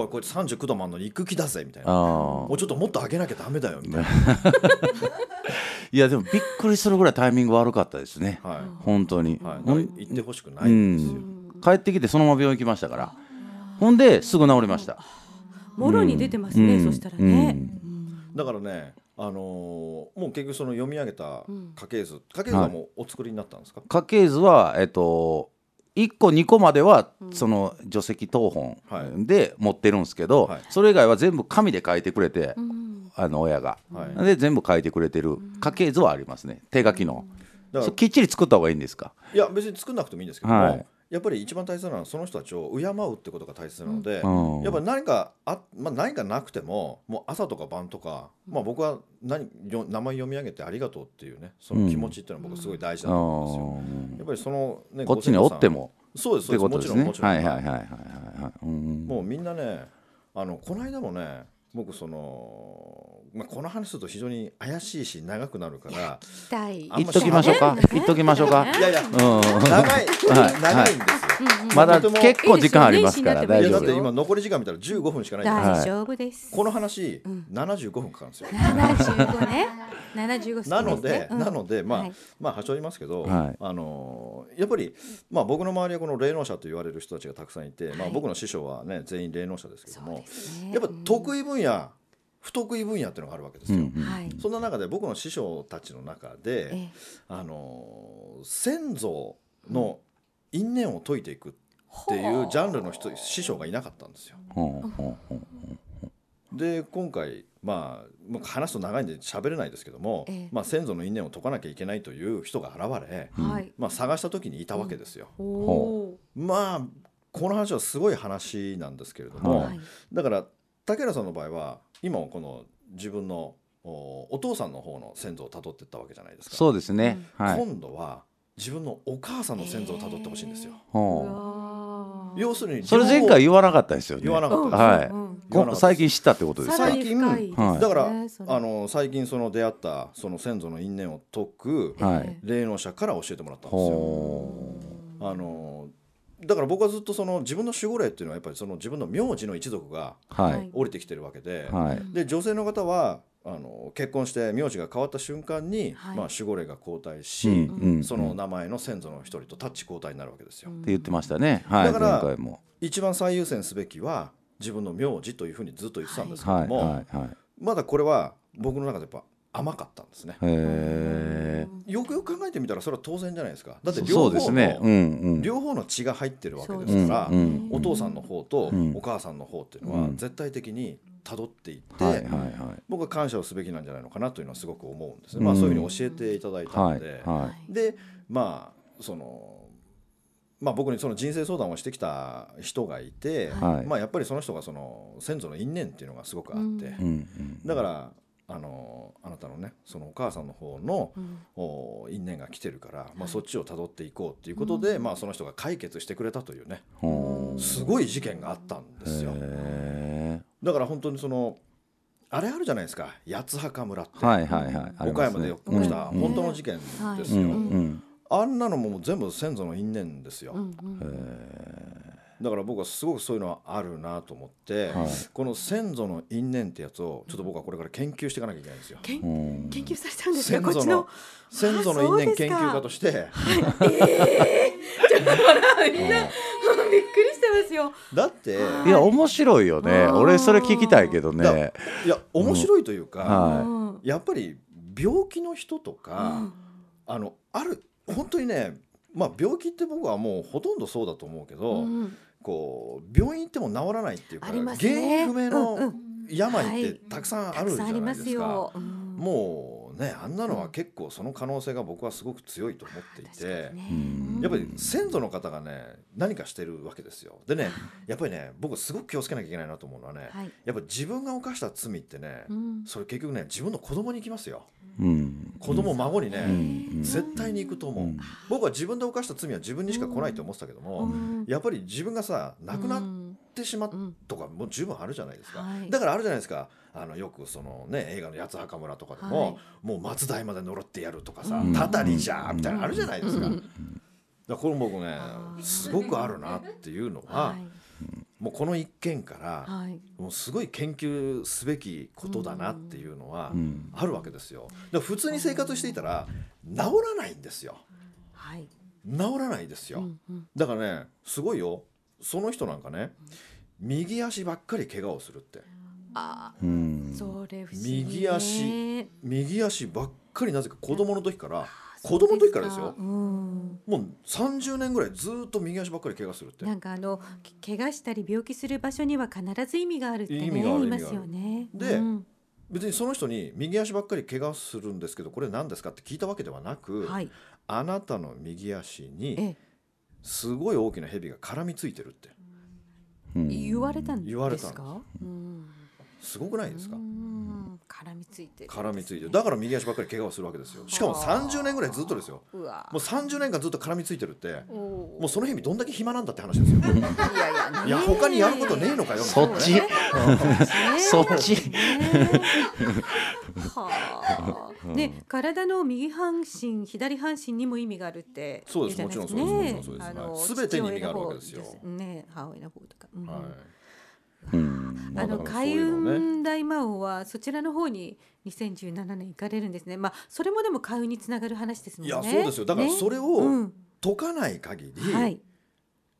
Speaker 2: おいこいつ39度もあんのに行く気だぜみたいな
Speaker 3: ああ
Speaker 2: もうちょっともっと上げなきゃダメだよみたいな、
Speaker 3: いやでもびっくりするぐらいタイミング悪かったですね、
Speaker 2: はい
Speaker 3: 本当に、
Speaker 2: はい、だか
Speaker 3: ほ
Speaker 2: ら
Speaker 3: ん
Speaker 2: 行ってほしくな
Speaker 3: う
Speaker 2: いんですよ、
Speaker 3: ん、帰ってきてそのまま病院行きましたからほんですぐ治りました
Speaker 1: もろに出てますね、
Speaker 3: うん
Speaker 1: そしたらね。
Speaker 3: うん
Speaker 2: だからね、あのーもう結局その読み上げた家系図、家系図はもうお作りになったんですか、
Speaker 3: 家系図はえっと1個2個まではその除石等本で持ってるんですけど、
Speaker 2: はい
Speaker 3: それ以外は全部紙で書いてくれて、
Speaker 1: うん
Speaker 3: あの親が、
Speaker 2: はい
Speaker 3: で全部書いてくれてる家系図はありますね手書きの、
Speaker 2: だか
Speaker 3: そう
Speaker 2: ら
Speaker 3: きっちり作った方がいいんですか
Speaker 2: いや別に作んなくてもいいんですけども、
Speaker 3: はい
Speaker 2: やっぱり一番大切なのはその人たちを敬うってことが大切なので、
Speaker 3: うん
Speaker 2: やっぱり何かあ、まあ、何かなくてももう朝とか晩とか、まあ、僕は何よ名前読み上げてありがとうっていうねその気持ちっていうのは僕すごい大
Speaker 3: あ
Speaker 2: 事だと思うんですよ。や
Speaker 3: ー
Speaker 2: っぱりその、ね、
Speaker 3: こっちにおって
Speaker 2: ご
Speaker 3: も
Speaker 2: 先祖さんそうです
Speaker 3: っ
Speaker 2: そう
Speaker 3: て
Speaker 2: です
Speaker 3: ことです
Speaker 2: もちろん
Speaker 3: ね
Speaker 2: もちろん、
Speaker 3: はいはいはいはいはいはいうん
Speaker 2: もうみんなねあのこの間もね僕その、まあ、この話すると非常に怪しいし長くなるか
Speaker 1: 行
Speaker 2: ら
Speaker 1: きたい。
Speaker 2: あん
Speaker 3: 言
Speaker 2: ま
Speaker 3: っときましょう か
Speaker 1: ね
Speaker 3: 言っときましょうか
Speaker 1: ね
Speaker 2: いやいや
Speaker 3: うん
Speaker 2: 長い
Speaker 3: はい
Speaker 2: 長いんですよ、
Speaker 3: まだ結構時間ありますから
Speaker 1: い
Speaker 3: 大
Speaker 2: い、や
Speaker 3: 丈
Speaker 2: だ
Speaker 3: 夫で
Speaker 2: って
Speaker 3: す
Speaker 2: 今残り時間見たら15分しかないじゃないですか
Speaker 1: 大丈夫です。
Speaker 2: この話、75分かかるんですよ
Speaker 1: 七十五ね。 75歳
Speaker 2: なので、
Speaker 1: うん
Speaker 2: なので、まあ、
Speaker 1: はい
Speaker 2: まあ、はしょりますけど、
Speaker 3: はい
Speaker 2: あのーやっぱり。まあ、僕の周りはこの霊能者と言われる人たちがたくさんいて、ま
Speaker 1: は
Speaker 2: あ、
Speaker 1: い
Speaker 2: 僕の師匠はね、全員霊能者ですけど
Speaker 1: そう
Speaker 2: も
Speaker 1: で。すね
Speaker 2: やっぱ得意分野、不得意分野っていうのがあるわけです
Speaker 3: う
Speaker 2: よ。
Speaker 3: んうん
Speaker 1: はい
Speaker 2: そんな中で、僕の師匠たちの中
Speaker 1: え
Speaker 2: で
Speaker 1: え、
Speaker 2: あのー先祖の因縁を解いていく。っていうジャンルの人、師匠がいなかったんですよ。
Speaker 3: ほうほうほう
Speaker 2: で今回、まあ、まあ話すと長いんで喋れないですけども、
Speaker 1: ええ
Speaker 2: まあ、先祖の因縁を解かなきゃいけないという人が現れ、
Speaker 1: はい
Speaker 2: まあ、探した時にいたわけですよ。
Speaker 1: お
Speaker 3: ほ
Speaker 1: お
Speaker 2: まあこの話はすごい話なんですけれど
Speaker 1: ー
Speaker 2: も、
Speaker 3: はい
Speaker 2: だから竹原さんの場合は今もこの自分のおお父さんの方の先祖をたどっていったわけじゃないですか。
Speaker 3: そうですね、はい
Speaker 2: 今度は自分のお母さんの先祖をたどってほしいんですよ。
Speaker 1: う
Speaker 3: ほ
Speaker 1: わー
Speaker 2: 要するに
Speaker 3: うそれ前回言
Speaker 2: 両
Speaker 3: わなかったですよ
Speaker 2: 方
Speaker 3: ね
Speaker 2: 言わなかったで
Speaker 3: はい
Speaker 2: す、
Speaker 1: うんうん
Speaker 2: 言わなかった
Speaker 3: 最近知ったってことです
Speaker 1: さ
Speaker 3: から
Speaker 2: 最
Speaker 1: に
Speaker 2: 近
Speaker 1: 深いですね、
Speaker 3: はい
Speaker 2: だから、
Speaker 1: それ
Speaker 2: あの最近その出会ったその先祖の因縁を解く
Speaker 1: ええ
Speaker 3: はい
Speaker 2: 霊能者から教えてもらったんですよ。
Speaker 3: ほ
Speaker 2: あのだから僕はずっとその自分の守護霊っていうのはやっぱりその自分の名字の一族が
Speaker 3: うは
Speaker 1: はいい
Speaker 2: 降りてきてるわけで,、
Speaker 3: はい
Speaker 2: で女性の方はあの結婚して名字が変わった瞬間に、
Speaker 1: はい
Speaker 2: まあ、守護霊が交代し、
Speaker 3: うんうん
Speaker 2: その名前の先祖の一人とタッチ交代になるわけですよ。
Speaker 1: う
Speaker 3: っ
Speaker 1: ん
Speaker 3: て言ってましたねはい
Speaker 2: だから
Speaker 3: 前回も
Speaker 2: 一番最優先すべきは自分の名字というふうにずっと言ってたんですけ
Speaker 3: は
Speaker 2: ど
Speaker 3: い
Speaker 2: も、
Speaker 3: はいはい
Speaker 2: まだこれは僕の中でやっぱ甘かったんですね。
Speaker 3: へえ
Speaker 2: よくよく考えてみたらそれは当然じゃないですかだって
Speaker 3: そ
Speaker 2: 両
Speaker 3: うです
Speaker 2: 方の、
Speaker 3: ねうんうん
Speaker 2: 両方の血が入ってるわけで
Speaker 1: そう
Speaker 2: す
Speaker 1: です
Speaker 2: から、
Speaker 3: うんうん
Speaker 2: お父さんの方と
Speaker 3: うん
Speaker 2: お母さんの方っていうのは
Speaker 3: うん
Speaker 2: 絶対的にたどっていって、
Speaker 3: はいはいはい
Speaker 2: 僕は感謝をすべきなんじゃないのかなというのはすごく思うんですね、
Speaker 3: うん
Speaker 2: まあ、そういうふうに教えていただいた
Speaker 3: は
Speaker 2: の
Speaker 3: い
Speaker 2: で、
Speaker 3: は
Speaker 2: でまあその、まあ、僕にその人生相談をしてきた人がいて、
Speaker 3: はい
Speaker 2: まあ、やっぱりその人がその先祖の因縁っていうのがすごくあって、
Speaker 1: うん
Speaker 3: いうんうん
Speaker 2: だからあのあなたのねそのお母さんの方の
Speaker 1: うん
Speaker 2: お因縁が来てるから、ま
Speaker 1: はい
Speaker 2: あ、そっちをたどっていこうということで、
Speaker 1: うん
Speaker 2: まあ、その人が解決してくれたというね
Speaker 3: ほう
Speaker 2: すごい事件があったんですよ。
Speaker 3: へえ
Speaker 2: だから本当にそのあれあるじゃないですか八つ墓村って、
Speaker 3: はいはいはいあり
Speaker 2: 岡
Speaker 3: ます
Speaker 2: 山
Speaker 3: ね
Speaker 2: で起こした
Speaker 1: うん
Speaker 2: 本当の事件です
Speaker 3: う
Speaker 2: よ、
Speaker 3: んうん
Speaker 2: あんなのも全部先祖の因縁ですよ、
Speaker 1: うんうん
Speaker 3: うんへ
Speaker 2: だから僕はすごくそういうのはあるなと思って、
Speaker 3: はい
Speaker 2: この先祖の因縁ってやつをちょっと僕はこれから研究していかなきゃいけないんですよ
Speaker 1: けん
Speaker 3: えうん
Speaker 1: 研究されちゃうん ですか
Speaker 2: 先
Speaker 1: こっ
Speaker 2: 祖
Speaker 1: ち
Speaker 2: の
Speaker 1: の
Speaker 2: 先祖の因縁研究家として
Speaker 1: みんな びっくりしてますよ
Speaker 2: だって
Speaker 1: はい
Speaker 3: や面白いよね
Speaker 1: あー
Speaker 3: 俺それ聞きたいけど
Speaker 2: だ
Speaker 3: ね
Speaker 2: いや面白いという
Speaker 3: は
Speaker 2: か、
Speaker 3: い
Speaker 1: うん
Speaker 2: やっぱり病気の人とか、
Speaker 1: うん
Speaker 2: あのある本当にねまあ病気って僕はもうほとんどそうだと思うけど、
Speaker 1: うん
Speaker 2: こう病院行っても治らないっていうか、
Speaker 1: あります
Speaker 2: 原
Speaker 1: ね
Speaker 2: 因不明
Speaker 1: うんう
Speaker 2: の
Speaker 1: ん
Speaker 2: 病って
Speaker 1: はい
Speaker 2: たくさんあ
Speaker 1: た
Speaker 2: る
Speaker 1: く
Speaker 2: じ
Speaker 1: さ
Speaker 2: ゃ
Speaker 1: んあり
Speaker 2: な
Speaker 1: ま
Speaker 2: いですすか。
Speaker 1: ようん
Speaker 2: もうねあんなの
Speaker 1: う
Speaker 2: は
Speaker 1: ん
Speaker 2: 結構その可能性が僕はすごく強いと思ってい
Speaker 1: 確
Speaker 2: て、
Speaker 1: かにね
Speaker 3: うん
Speaker 2: やっぱり先祖の方がね何かしてるわけですよ。でねやっぱりね僕すごく気をつけなきゃいけないなと思うのはね、
Speaker 1: はい
Speaker 2: やっぱ自分が犯した罪ってね、
Speaker 1: うん
Speaker 2: それ結局ね自分の子供に行きますよ。
Speaker 3: うん
Speaker 2: 子供孫にね、
Speaker 3: うん
Speaker 2: 絶対に行くと思う、
Speaker 3: うん
Speaker 2: 僕は自分で犯した罪は自分にしか来ないと思ってたけども、
Speaker 1: うん
Speaker 2: やっぱり自分がさ亡くな
Speaker 1: う
Speaker 2: っ
Speaker 1: ん
Speaker 2: てしまっ
Speaker 1: うん
Speaker 2: とかも十分あるじゃないですか、
Speaker 1: はい
Speaker 2: だからあるじゃないですかあのよくその、ね、映画の「八つ墓村」とかでも、
Speaker 1: はい
Speaker 2: もう松代まで呪ってやるとかさ
Speaker 1: うん
Speaker 2: 「たたりじゃー」みたいなのあるじゃないですか。
Speaker 1: うん
Speaker 2: だからこれ僕ね
Speaker 1: あー
Speaker 2: すごくあるなっていうのは、
Speaker 1: はい
Speaker 2: もうこの一件から
Speaker 1: はい
Speaker 2: もうすごい研究すべきことだなっていうのは
Speaker 3: うん
Speaker 2: あるわけですよ。だから普通に生活していたら治らないんですよ。
Speaker 1: はい
Speaker 2: 治らないですよ。
Speaker 1: うんうん
Speaker 2: だからねすごいよその人なんかね右足ばっかり怪我をするって
Speaker 1: あ
Speaker 3: うん
Speaker 1: それ不思議ね
Speaker 2: 右足右足ばっかりなぜか子供の時から
Speaker 1: そう
Speaker 2: 子供の時からですよ
Speaker 1: うん
Speaker 2: もう30年ぐらいずーっと右足ばっかり怪我するって
Speaker 1: なんかあのけ怪我したり病気する場所には必ず意味があるってね
Speaker 2: 意味がある
Speaker 1: 言いますよね。
Speaker 2: 意味があるで
Speaker 1: うん
Speaker 2: 別にその人に右足ばっかり怪我するんですけどこれ何ですかって聞いたわけではなく、
Speaker 1: はい。
Speaker 2: あなたの右足
Speaker 1: え
Speaker 2: に
Speaker 1: え
Speaker 2: すごい大きな蛇が絡みついてるって
Speaker 3: うん
Speaker 1: 言われたん
Speaker 2: 言われ
Speaker 1: で
Speaker 2: たん
Speaker 1: す
Speaker 2: です
Speaker 1: か？うん。
Speaker 2: すごくないですか
Speaker 1: うん絡みついてるんですね。
Speaker 2: 絡みついてるだから右足ばっかり怪我をするわけですよしかも30年ぐらいずっとですよ
Speaker 1: うわ。
Speaker 2: もう30年間ずっと絡みついてるって
Speaker 1: お
Speaker 2: もうその日々どんだけ暇なんだって 話ですよ。
Speaker 1: ーいやいやね
Speaker 2: いや他にやることねえのかよみた
Speaker 3: そ
Speaker 2: い
Speaker 3: っ
Speaker 2: なね。
Speaker 3: ち
Speaker 1: ね
Speaker 3: そっち
Speaker 1: ねはあ。ね体の右半身左半身にも意味があるって
Speaker 2: そうです
Speaker 1: 言じゃない
Speaker 2: もちろんそうです
Speaker 1: ね
Speaker 2: もちろんそうです
Speaker 1: あの
Speaker 2: はい全てに意味があるわけですよ
Speaker 1: 父親の方ね母親の方とか。うん
Speaker 2: は
Speaker 3: うん
Speaker 2: ま
Speaker 1: あ
Speaker 2: あだ
Speaker 1: の
Speaker 2: からそう
Speaker 1: 海
Speaker 2: いうのね
Speaker 1: 運大魔王はそちらの方に2017年行かれるんですね。まあそれもでも海運につながる話ですもん
Speaker 2: い
Speaker 1: ね。
Speaker 2: やそうですよだから
Speaker 1: ね
Speaker 2: それ
Speaker 1: う
Speaker 2: を
Speaker 1: ん
Speaker 2: 解かない限り
Speaker 1: はい。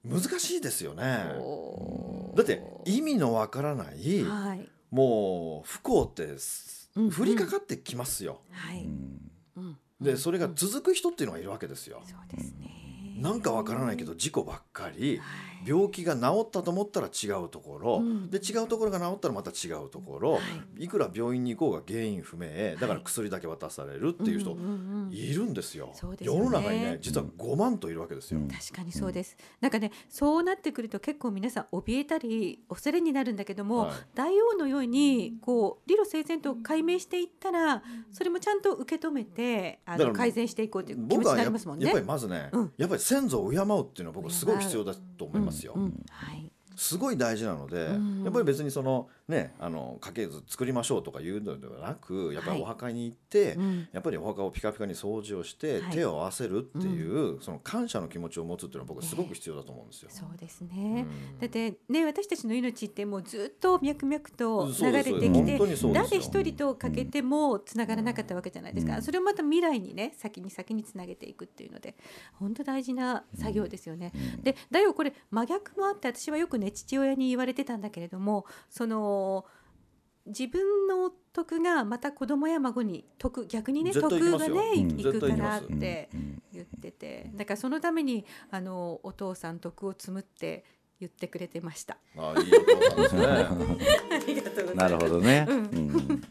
Speaker 2: 難しいですよね、
Speaker 1: おー
Speaker 2: だって意味のわからない
Speaker 1: はい
Speaker 2: もう不幸ってす
Speaker 1: うんうん
Speaker 2: 降りかかってきますよ、
Speaker 1: は
Speaker 3: う
Speaker 1: い。
Speaker 3: ん
Speaker 1: うん
Speaker 2: でそれが続く人っていうのがいるわけですよ
Speaker 1: そうですね。
Speaker 2: なんかわからないけど事故ばっかり
Speaker 1: はい
Speaker 2: 病気が治ったと思ったら違うところ、
Speaker 1: うん
Speaker 2: で違うところが治ったらまた違うところ、、
Speaker 1: はい
Speaker 2: くら病院に行こうが原因不明だから薬だけ渡されるっていう人
Speaker 1: んんうん
Speaker 2: いるんですよ,、
Speaker 1: そうですよ
Speaker 2: 世
Speaker 1: ね
Speaker 2: の中にね実は5万といるわけですよ、
Speaker 3: うん
Speaker 1: 確かにそうです、なんかねそうなってくると結構皆さん怯えたり恐れになるんだけども、
Speaker 2: はい
Speaker 1: 大王のようにこう理路整然と解明していったらそれもちゃんと受け止めてあ
Speaker 2: だか
Speaker 1: の
Speaker 2: ら
Speaker 1: 改善していこうという気持ち
Speaker 2: 僕
Speaker 1: に
Speaker 2: は
Speaker 1: なり
Speaker 2: や,、
Speaker 1: ますもんね。
Speaker 2: やっぱりまずね、
Speaker 1: うん
Speaker 2: やっぱり先祖を敬うっていうのは僕はすごい必要だと思いますよ、
Speaker 1: うんうんはい
Speaker 2: すごい大事なので、
Speaker 1: うん
Speaker 2: やっぱり別にそのねあの家系図作りましょうとかいうのではなくやっぱ
Speaker 1: はい
Speaker 2: りお墓に行って、
Speaker 1: うん
Speaker 2: やっぱりお墓をピカピカに掃除をして、
Speaker 1: はい
Speaker 2: 手を合わせるっていう、その感謝の気持ちを持つっていうのは僕はすごく必要だと思うんですよ。
Speaker 1: そうです
Speaker 2: う
Speaker 1: ね、
Speaker 2: ん
Speaker 1: だってね私たちの命ってもうずっと脈々と
Speaker 2: そう
Speaker 1: 流
Speaker 2: で
Speaker 1: れてき
Speaker 2: すそうです
Speaker 1: て
Speaker 2: 本当にそうです
Speaker 1: 誰
Speaker 2: よ
Speaker 1: 一人と欠けてもつながらなかったわけじゃないですか、
Speaker 3: うん
Speaker 1: それをまた未来にね先に先につなげていくっていうので本当大事な作業ですよね。でだよこれ真逆もあって私はよくね父親に言われてたんだけれどもその自分の徳がまた子供や孫に徳逆にね
Speaker 2: 絶
Speaker 1: 徳
Speaker 2: 対行きま
Speaker 1: が
Speaker 2: すよ
Speaker 1: ねい
Speaker 3: うん
Speaker 1: いく
Speaker 2: 絶対
Speaker 1: か
Speaker 2: 行き
Speaker 1: ら
Speaker 2: ま
Speaker 1: っ
Speaker 2: す
Speaker 1: て言っててだからそのためにあのお父さん徳を積むって言ってくれてました。
Speaker 2: ああいいお父さんです ね。
Speaker 1: ありがとうございま
Speaker 3: な
Speaker 1: す
Speaker 3: るほどね。うん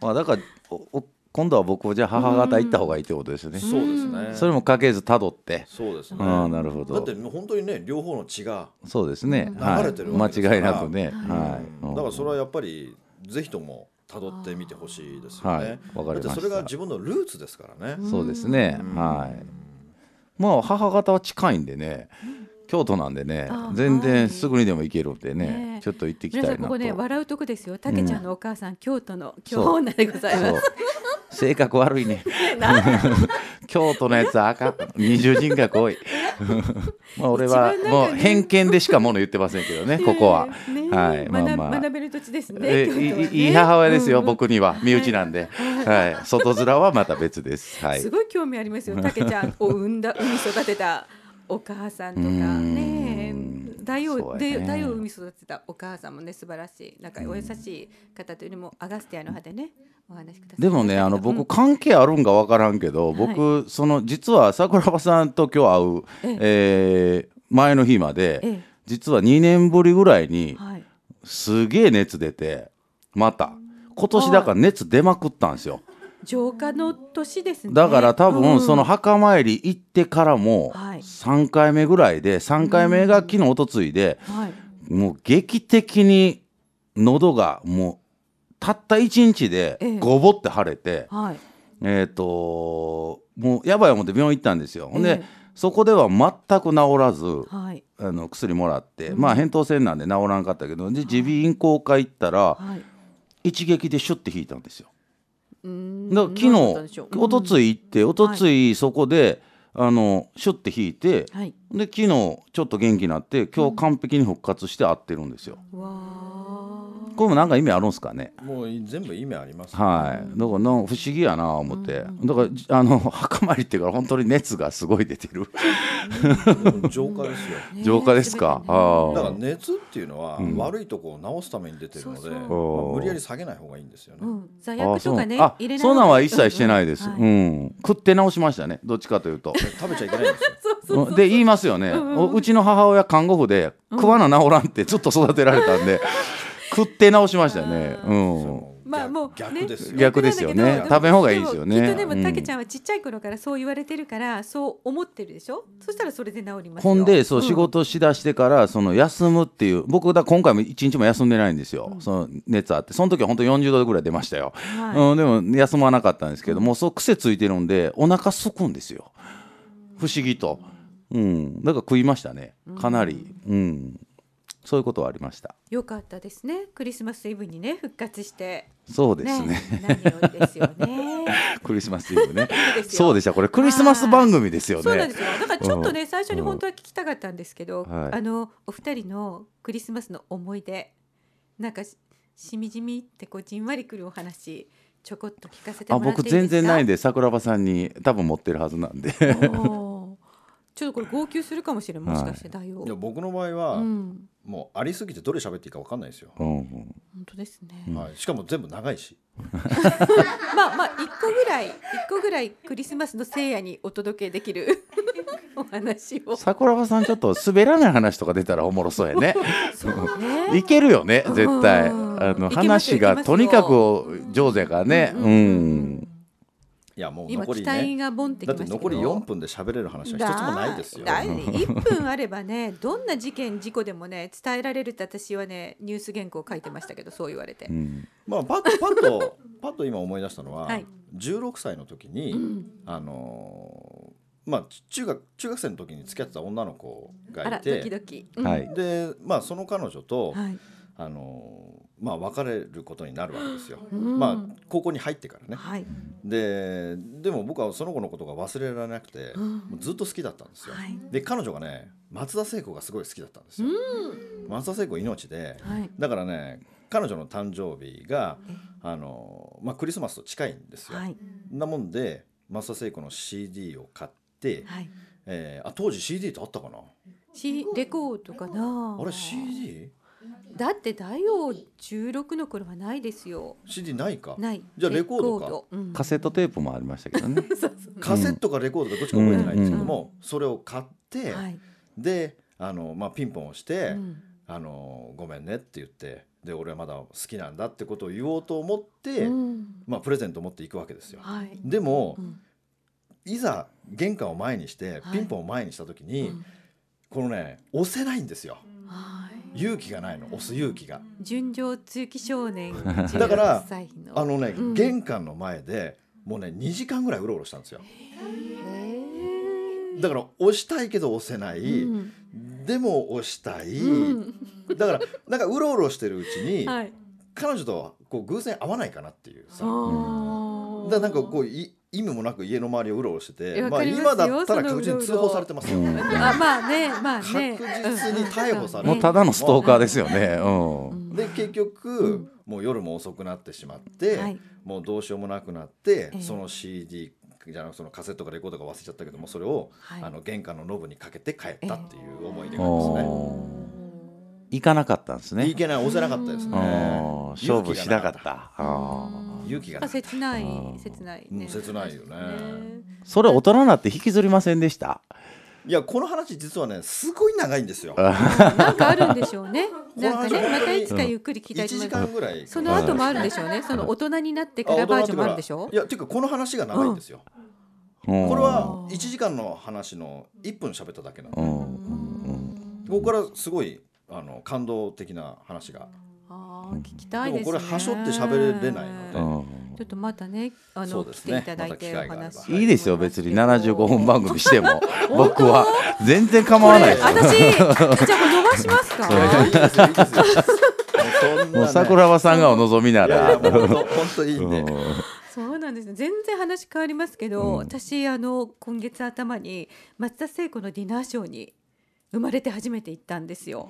Speaker 3: まあだからおお今度は僕はじゃあ母方行った方がいいってことですよね。
Speaker 2: そうですね。
Speaker 3: それも家系図辿って。
Speaker 2: そうですね。
Speaker 3: ああなるほ
Speaker 2: だって
Speaker 3: ど。
Speaker 2: もう本当にね両方の血が、
Speaker 3: そうですね。は
Speaker 2: 流れ
Speaker 3: い。
Speaker 2: てるわ
Speaker 3: 間
Speaker 2: けですから
Speaker 3: 違いなくね。は
Speaker 2: う
Speaker 3: い。
Speaker 2: んだからそれはやっぱりぜひとも辿ってみてほしいですよ
Speaker 3: は
Speaker 2: ね。
Speaker 3: いわかりました
Speaker 2: だってそれが自分のルーツですからね。
Speaker 3: そうですね。はい。まあ母方は近いんでね。京都なんでね
Speaker 1: あー、
Speaker 3: 全然すぐにでも行けるんで
Speaker 1: ね
Speaker 3: ね
Speaker 1: え、
Speaker 3: ちょっと行ってきたい
Speaker 1: 皆
Speaker 3: な
Speaker 1: さ
Speaker 3: と
Speaker 1: ん。ここね笑うとこですよ。たけちゃんのお母さん、京都の京女でござい
Speaker 3: そ
Speaker 1: ま
Speaker 3: う
Speaker 1: す。
Speaker 3: 性格悪いね 京都のやつはあかん二重人格多い まあ俺は
Speaker 1: 一番なんかね
Speaker 3: もう偏見でしかもの言ってませんけどねここは、
Speaker 1: ね
Speaker 3: はいまあ
Speaker 1: 学
Speaker 3: まあ
Speaker 1: 学べる土地ですね。
Speaker 3: え
Speaker 1: 京都はね
Speaker 3: いいいい母親ですよ、
Speaker 1: うん
Speaker 3: 僕には身内なんで、はい、外面はまた別ですはい
Speaker 1: すごい興味あります よ。たけちゃんを産んだ、産み育てたお母さんとかね
Speaker 3: うーん。
Speaker 1: 大
Speaker 3: そ
Speaker 1: 王
Speaker 3: うや
Speaker 1: で
Speaker 3: ね
Speaker 1: 大王を産み育てたお母さんもね素晴らしい。なんかお優しい方というよりもアガスティアの派でねお話しくださいましたけど。
Speaker 3: でもねあの
Speaker 1: う
Speaker 3: 僕
Speaker 1: ん
Speaker 3: 関係あるんか分からんけど僕、その実は桜庭さんと今日会う、えー前の日まで、
Speaker 1: ええ
Speaker 3: 実は2年ぶりぐらいに、
Speaker 1: はい。
Speaker 3: すげえ熱出てまた今年だから熱出まくったんですよ
Speaker 1: 浄化の年ですね。
Speaker 3: だから多
Speaker 1: う
Speaker 3: 分
Speaker 1: ん
Speaker 3: その墓参り行ってからも
Speaker 1: はい
Speaker 3: 3回目ぐらいで3回目が昨日おとついで
Speaker 1: はい。
Speaker 3: もう劇的に喉がもうたった1日で
Speaker 1: ええ
Speaker 3: ごぼって腫れて
Speaker 1: はい。
Speaker 3: えっともうやばい思って病院行ったんですよほん
Speaker 1: え
Speaker 3: で
Speaker 1: え
Speaker 3: そこでは全く治らず
Speaker 1: はい。
Speaker 3: あの薬もらってまあ扁桃腺なんで治らんかったけどで耳鼻咽喉科行ったら
Speaker 1: はい。
Speaker 3: 一撃でシュッて引いたんですよ。
Speaker 1: うーん
Speaker 3: だから昨日
Speaker 1: どうだったんでしょう
Speaker 3: 一昨日行って一昨日そこで、あのシュッて引いて、
Speaker 1: うんはい。
Speaker 3: で昨日ちょっと元気になって今日完璧に復活して会ってるんですよ。
Speaker 1: わー
Speaker 3: これもなんか意味あるんですかね。
Speaker 2: もう全部意味あります。
Speaker 3: はい、だからな不思議やな思って、だからじあの墓参りっていうから本当に熱がすごい出てる
Speaker 2: 浄化で すよ。
Speaker 1: ね
Speaker 3: 浄化ですか
Speaker 1: 全。てね
Speaker 3: あ
Speaker 2: だから
Speaker 3: あ
Speaker 2: 熱っていうのは悪いとこを治すために出てるの
Speaker 1: そ
Speaker 2: で、
Speaker 1: うそう
Speaker 2: まあ
Speaker 3: おー
Speaker 2: 無理やり下げない方がいいんですよ
Speaker 1: う
Speaker 2: ね。
Speaker 1: ん、座
Speaker 3: あ
Speaker 1: 薬
Speaker 3: そ
Speaker 1: と
Speaker 3: う
Speaker 1: かね、
Speaker 3: あ
Speaker 1: 入れない
Speaker 3: そんなんは一切してないです、
Speaker 1: うん
Speaker 3: う
Speaker 1: うん
Speaker 3: ん、食って直しましたねどっちかというと。
Speaker 2: 食べちゃいけないんですよ。
Speaker 3: うんで言いますよね、おうちの母親看護婦で食わな治らんってずっと育てられ たんで、食って治しましたね、う
Speaker 2: それ
Speaker 3: ん、
Speaker 2: も
Speaker 1: まあもう
Speaker 2: 逆
Speaker 1: ね
Speaker 2: 逆ですよ。
Speaker 3: 逆ですよね
Speaker 1: なんだけど
Speaker 3: 食べん方がいいですよね
Speaker 1: きっとでも
Speaker 3: うん
Speaker 1: たけちゃんはちっちゃい頃からそう言われてるからそう思ってるでしょ。そしたらそれで治りますよ。
Speaker 3: ほんでそう、
Speaker 1: ん
Speaker 3: 仕事しだしてからその休むっていう僕だ今回も一日も休んでないんですよ、その熱あってその時は本当40度ぐらい出ましたよ、
Speaker 1: はい
Speaker 3: うん、でも休まなかったんですけどもうそう癖ついてるんでお腹すくんですよ不思議と、うん、だから食いましたねかなり、うん、そういうことはありました
Speaker 1: よかったですね。クリスマスイブにね復活して
Speaker 3: そうですね
Speaker 1: 何よりですよね。
Speaker 3: クリスマスイブね
Speaker 1: そうですよ
Speaker 3: そうでしたこれクリスマス番組ですよ
Speaker 1: そうなん
Speaker 3: ね
Speaker 1: ですよだからちょっとね、最初に本当は聞きたかったんですけど、
Speaker 3: はい
Speaker 1: あのお二人のクリスマスの思い出なんかししみじみってこうじんわりくるお話ちょこっと聞かせて
Speaker 3: あ
Speaker 1: もらってい
Speaker 3: 僕
Speaker 1: いですか
Speaker 3: 全然ないんで桜庭さんに多分持ってるはずなんで
Speaker 1: おーちょっとこれ号泣するかもしれないもしかしてだよ、
Speaker 2: いや僕の場合は、
Speaker 1: うん
Speaker 2: もうありすぎてどれ喋っていいか分かんないですよ、
Speaker 3: うんうん
Speaker 1: 本当ですね、
Speaker 2: はい、しかも全部長いし
Speaker 1: まあまあ一個ぐらい一個ぐらいクリスマスの聖夜にお届けできる お話を
Speaker 3: 桜庭さんちょっと滑らない話とか出たらおもろそうやね
Speaker 1: そう
Speaker 3: うんいけるよね絶対あ
Speaker 1: うん
Speaker 3: の
Speaker 1: いけます
Speaker 3: 話
Speaker 1: よいけま
Speaker 3: が
Speaker 1: すよ
Speaker 3: とにかく上手やからねうん、
Speaker 2: いやもう
Speaker 1: 今
Speaker 2: 残
Speaker 1: 期
Speaker 2: り
Speaker 1: 待
Speaker 2: ね
Speaker 1: がボンってき
Speaker 2: だ
Speaker 1: ま
Speaker 2: っ
Speaker 1: した
Speaker 2: て
Speaker 1: けど
Speaker 2: 残り4分で喋れる話は一つもないですよ
Speaker 1: だ 一分あればね、どんな事件事故でもね伝えられるって私はねニュース原稿書いてましたけどそう言われて
Speaker 3: う。ん
Speaker 2: まあ、パッとパッとパッと今思い出したのは、
Speaker 1: はい
Speaker 2: 16歳の時に、あのーまあ、中学中学生の時に付き合ってた女の子
Speaker 1: あ
Speaker 2: が
Speaker 1: ら
Speaker 2: い
Speaker 1: ドキ
Speaker 2: て
Speaker 1: ドキ。うん
Speaker 3: はい
Speaker 2: で、まあ、その彼女と、
Speaker 1: はい。
Speaker 2: あのーまあ、別れることになるわけですよ、
Speaker 1: ん
Speaker 2: まあ、高校に入ってからね
Speaker 1: はい。
Speaker 2: ででも僕はその子のことが忘れられなくて、
Speaker 1: ん
Speaker 2: もうずっと好きだったんですよ、
Speaker 1: はい
Speaker 2: で彼女がね松田聖子がすごい好きだったんですよ、松田聖子命で、
Speaker 1: はい
Speaker 2: だからね彼女の誕生日があの、まあ、クリスマスと近いんですよ、
Speaker 1: はい。
Speaker 2: なもんで松田聖子の CD を買って、
Speaker 1: はい。
Speaker 2: えーあ当時 CD ってあったかな
Speaker 1: しレコードかな。
Speaker 2: あれ CD?CD
Speaker 1: だってだよ十六の頃はないですよ。
Speaker 2: ないか
Speaker 1: ない。
Speaker 2: じゃあレコードか
Speaker 1: うん
Speaker 3: カセットテープもありましたけどね
Speaker 2: カセットかレコードかどっちか覚えてないんですけども、それを買って、
Speaker 1: はい。
Speaker 2: であの、まあ、ピンポンをして、
Speaker 1: うん
Speaker 2: あの「ごめんね」って言ってで俺はまだ好きなんだってことを言おうと思って、
Speaker 1: うん
Speaker 2: まあ、プレゼントを持っていくわけですよ。
Speaker 1: はい。
Speaker 2: でも、
Speaker 1: ん
Speaker 2: いざ玄関を前にして、
Speaker 1: はい
Speaker 2: ピンポンを前にした時に、
Speaker 1: うん
Speaker 2: このね押せないんですよ
Speaker 1: はい。
Speaker 2: 勇気がないの押す勇気が。
Speaker 1: 純情通気少年。
Speaker 2: だから
Speaker 1: 16歳の
Speaker 2: あのね、
Speaker 1: うん
Speaker 2: 玄関の前でもうね2時間ぐらいうろうろしたんですよ
Speaker 1: へー
Speaker 2: だから押したいけど押せない、
Speaker 1: うん
Speaker 2: でも押したい、
Speaker 1: うん
Speaker 2: だからなんかうろうろしてるうちに、
Speaker 1: はい。
Speaker 2: 彼女とはこう偶然会わないかなっていうさ
Speaker 1: あー
Speaker 2: だからなんかこうい意味もなく家の周りをうろうろして
Speaker 1: い
Speaker 2: て
Speaker 1: や
Speaker 2: まあ、
Speaker 1: わかります
Speaker 2: 今
Speaker 1: よ
Speaker 2: だったら
Speaker 1: その
Speaker 2: 確実に
Speaker 1: う
Speaker 2: 通
Speaker 1: ろうろ
Speaker 2: 報されてますよ、
Speaker 3: うん
Speaker 1: あまあねまあね
Speaker 2: 確実に逮捕され
Speaker 3: もうただのストーカーですよね
Speaker 1: う
Speaker 3: うん
Speaker 1: ん
Speaker 2: で結局、もう夜も遅くなってしまって、
Speaker 1: はい
Speaker 2: もうどうしようもなくなって、
Speaker 1: ええ
Speaker 2: その CD じゃなくそのカセットかレコードか忘れちゃったけどもそれを、
Speaker 1: はい
Speaker 2: あの玄関のノブにかけて帰ったっていう思い出がありますね。
Speaker 3: おー行かなかったんですね
Speaker 2: いけない押せなかったですね
Speaker 3: あー。勝負しなかっ
Speaker 2: 勇気がなかった
Speaker 3: あー
Speaker 2: た。勇気が
Speaker 1: ま
Speaker 2: な
Speaker 1: あ
Speaker 2: かった。
Speaker 1: 切ない
Speaker 3: うん
Speaker 1: 切ない
Speaker 2: うん
Speaker 1: ね
Speaker 2: 切ないよね
Speaker 3: それ大人になって引きずりませんでした
Speaker 2: いやこの話実はねすごい長いんですよ。
Speaker 1: なんかあるんでしょうねなんか
Speaker 2: この話
Speaker 1: ね
Speaker 2: は
Speaker 1: またいつかゆっくり聞きた
Speaker 2: 1
Speaker 1: いと思い
Speaker 2: 時
Speaker 1: ま
Speaker 2: 間
Speaker 1: す
Speaker 2: ぐらい。
Speaker 1: その後もあるんでしょうねその大人になって
Speaker 2: あ
Speaker 1: からバージョンもあるんでしょ
Speaker 2: いやていうかこの話が長いんですよ。
Speaker 3: うん
Speaker 2: これは1時間の話の1分喋っただけな
Speaker 3: う
Speaker 2: の。こ
Speaker 3: んうん
Speaker 2: こからすごいあの感動的な話が。
Speaker 1: あー聞きたい
Speaker 2: で
Speaker 1: です
Speaker 2: も
Speaker 1: ね
Speaker 2: これはしょって喋れないの
Speaker 3: う
Speaker 2: で
Speaker 3: んうん
Speaker 1: ちょっとまたねあ
Speaker 2: そ
Speaker 1: の
Speaker 2: うで
Speaker 1: 来
Speaker 2: す
Speaker 1: て
Speaker 2: ね
Speaker 1: いただいてお
Speaker 2: また機会があれ
Speaker 1: 話
Speaker 2: ば
Speaker 3: いいですよ別に75本番組しても
Speaker 1: 本当
Speaker 3: 僕は全然構わないですよ
Speaker 1: 私じゃあこれ逃しますか
Speaker 2: いいですよいいですよもうそんなね
Speaker 3: もう桜庭さんがお望みない
Speaker 2: やい
Speaker 3: ら
Speaker 2: やもう本当本当いいん
Speaker 3: う
Speaker 2: で
Speaker 3: ん。
Speaker 1: そうなんですね全然話変わりますけど、私あの今月頭に松田聖子のディナーショーに生まれて初めて行ったんですよ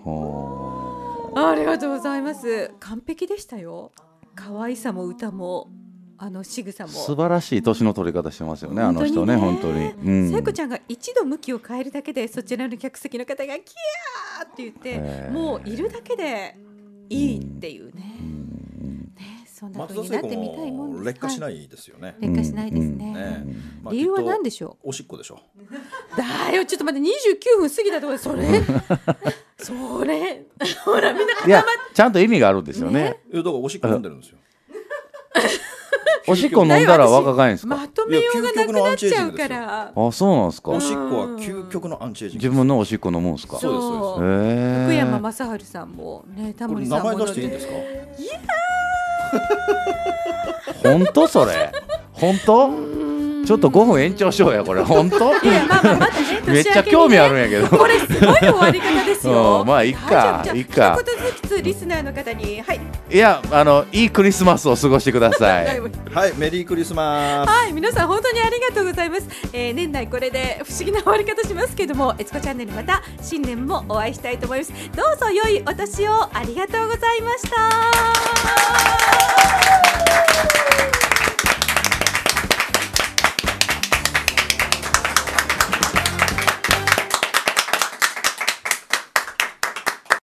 Speaker 1: ありがとうございます完璧でしたよ可愛さも歌もあの仕草も
Speaker 3: 素晴らしい年の取り方してますよねあの人ね本当にうん
Speaker 1: 聖子ちゃんが一度向きを変えるだけでそちらの客席の方がキヤーって言って
Speaker 3: へー
Speaker 1: もういるだけでいいっていうね,、ねそんな
Speaker 2: 松
Speaker 1: 風
Speaker 2: 田
Speaker 1: に
Speaker 2: 聖
Speaker 1: なっ
Speaker 2: 子
Speaker 1: てみたいもん
Speaker 2: も
Speaker 1: です
Speaker 2: 劣化しな
Speaker 1: はい
Speaker 2: ですよね。
Speaker 1: い劣化しないですね、
Speaker 2: ねまあ
Speaker 1: 理由は何でしょ
Speaker 2: う。おしっこでしょう。
Speaker 1: だよちょっと待って29分過ぎたところでそれそれほらみんない
Speaker 3: やちゃんと意味があるんですよね
Speaker 2: えだからおしっこ飲んでるんですよ。
Speaker 3: おしっこ飲んだら若返るんです
Speaker 1: ま
Speaker 3: か
Speaker 1: とめようがなくなっちゃう
Speaker 2: いや究極のアンチエイジング
Speaker 1: か
Speaker 2: です
Speaker 1: ら
Speaker 3: あそうなんですか
Speaker 2: おしっこは究極のアンチエイジング
Speaker 3: 自。分のおしっこ飲むんですか
Speaker 2: そうですそう
Speaker 3: へー
Speaker 1: 福山雅治さんもねタ
Speaker 2: こ
Speaker 1: モ
Speaker 2: れ
Speaker 1: リ
Speaker 2: 名
Speaker 1: さんも
Speaker 2: 前出していいんですすか。
Speaker 3: 本当それ本当
Speaker 1: うん
Speaker 3: ちょっと5分延長しようやこれ本当
Speaker 1: いやまあまあまたね
Speaker 3: めっちゃ興味あるんやけど
Speaker 1: これすごい終わり方ですよ
Speaker 3: うんまあいいか
Speaker 1: 大丈夫
Speaker 3: いいか
Speaker 1: じゃあ一言ずつリスナーの方にはい
Speaker 3: いやあのいいクリスマスを過ごしてください
Speaker 2: はいメリークリスマス
Speaker 1: はい、皆さん本当にありがとうございます、えー、年内これで不思議な終わり方しますけども、えつこチャンネルまた新年もお会いしたいと思いますどうぞ良いお年をありがとうございました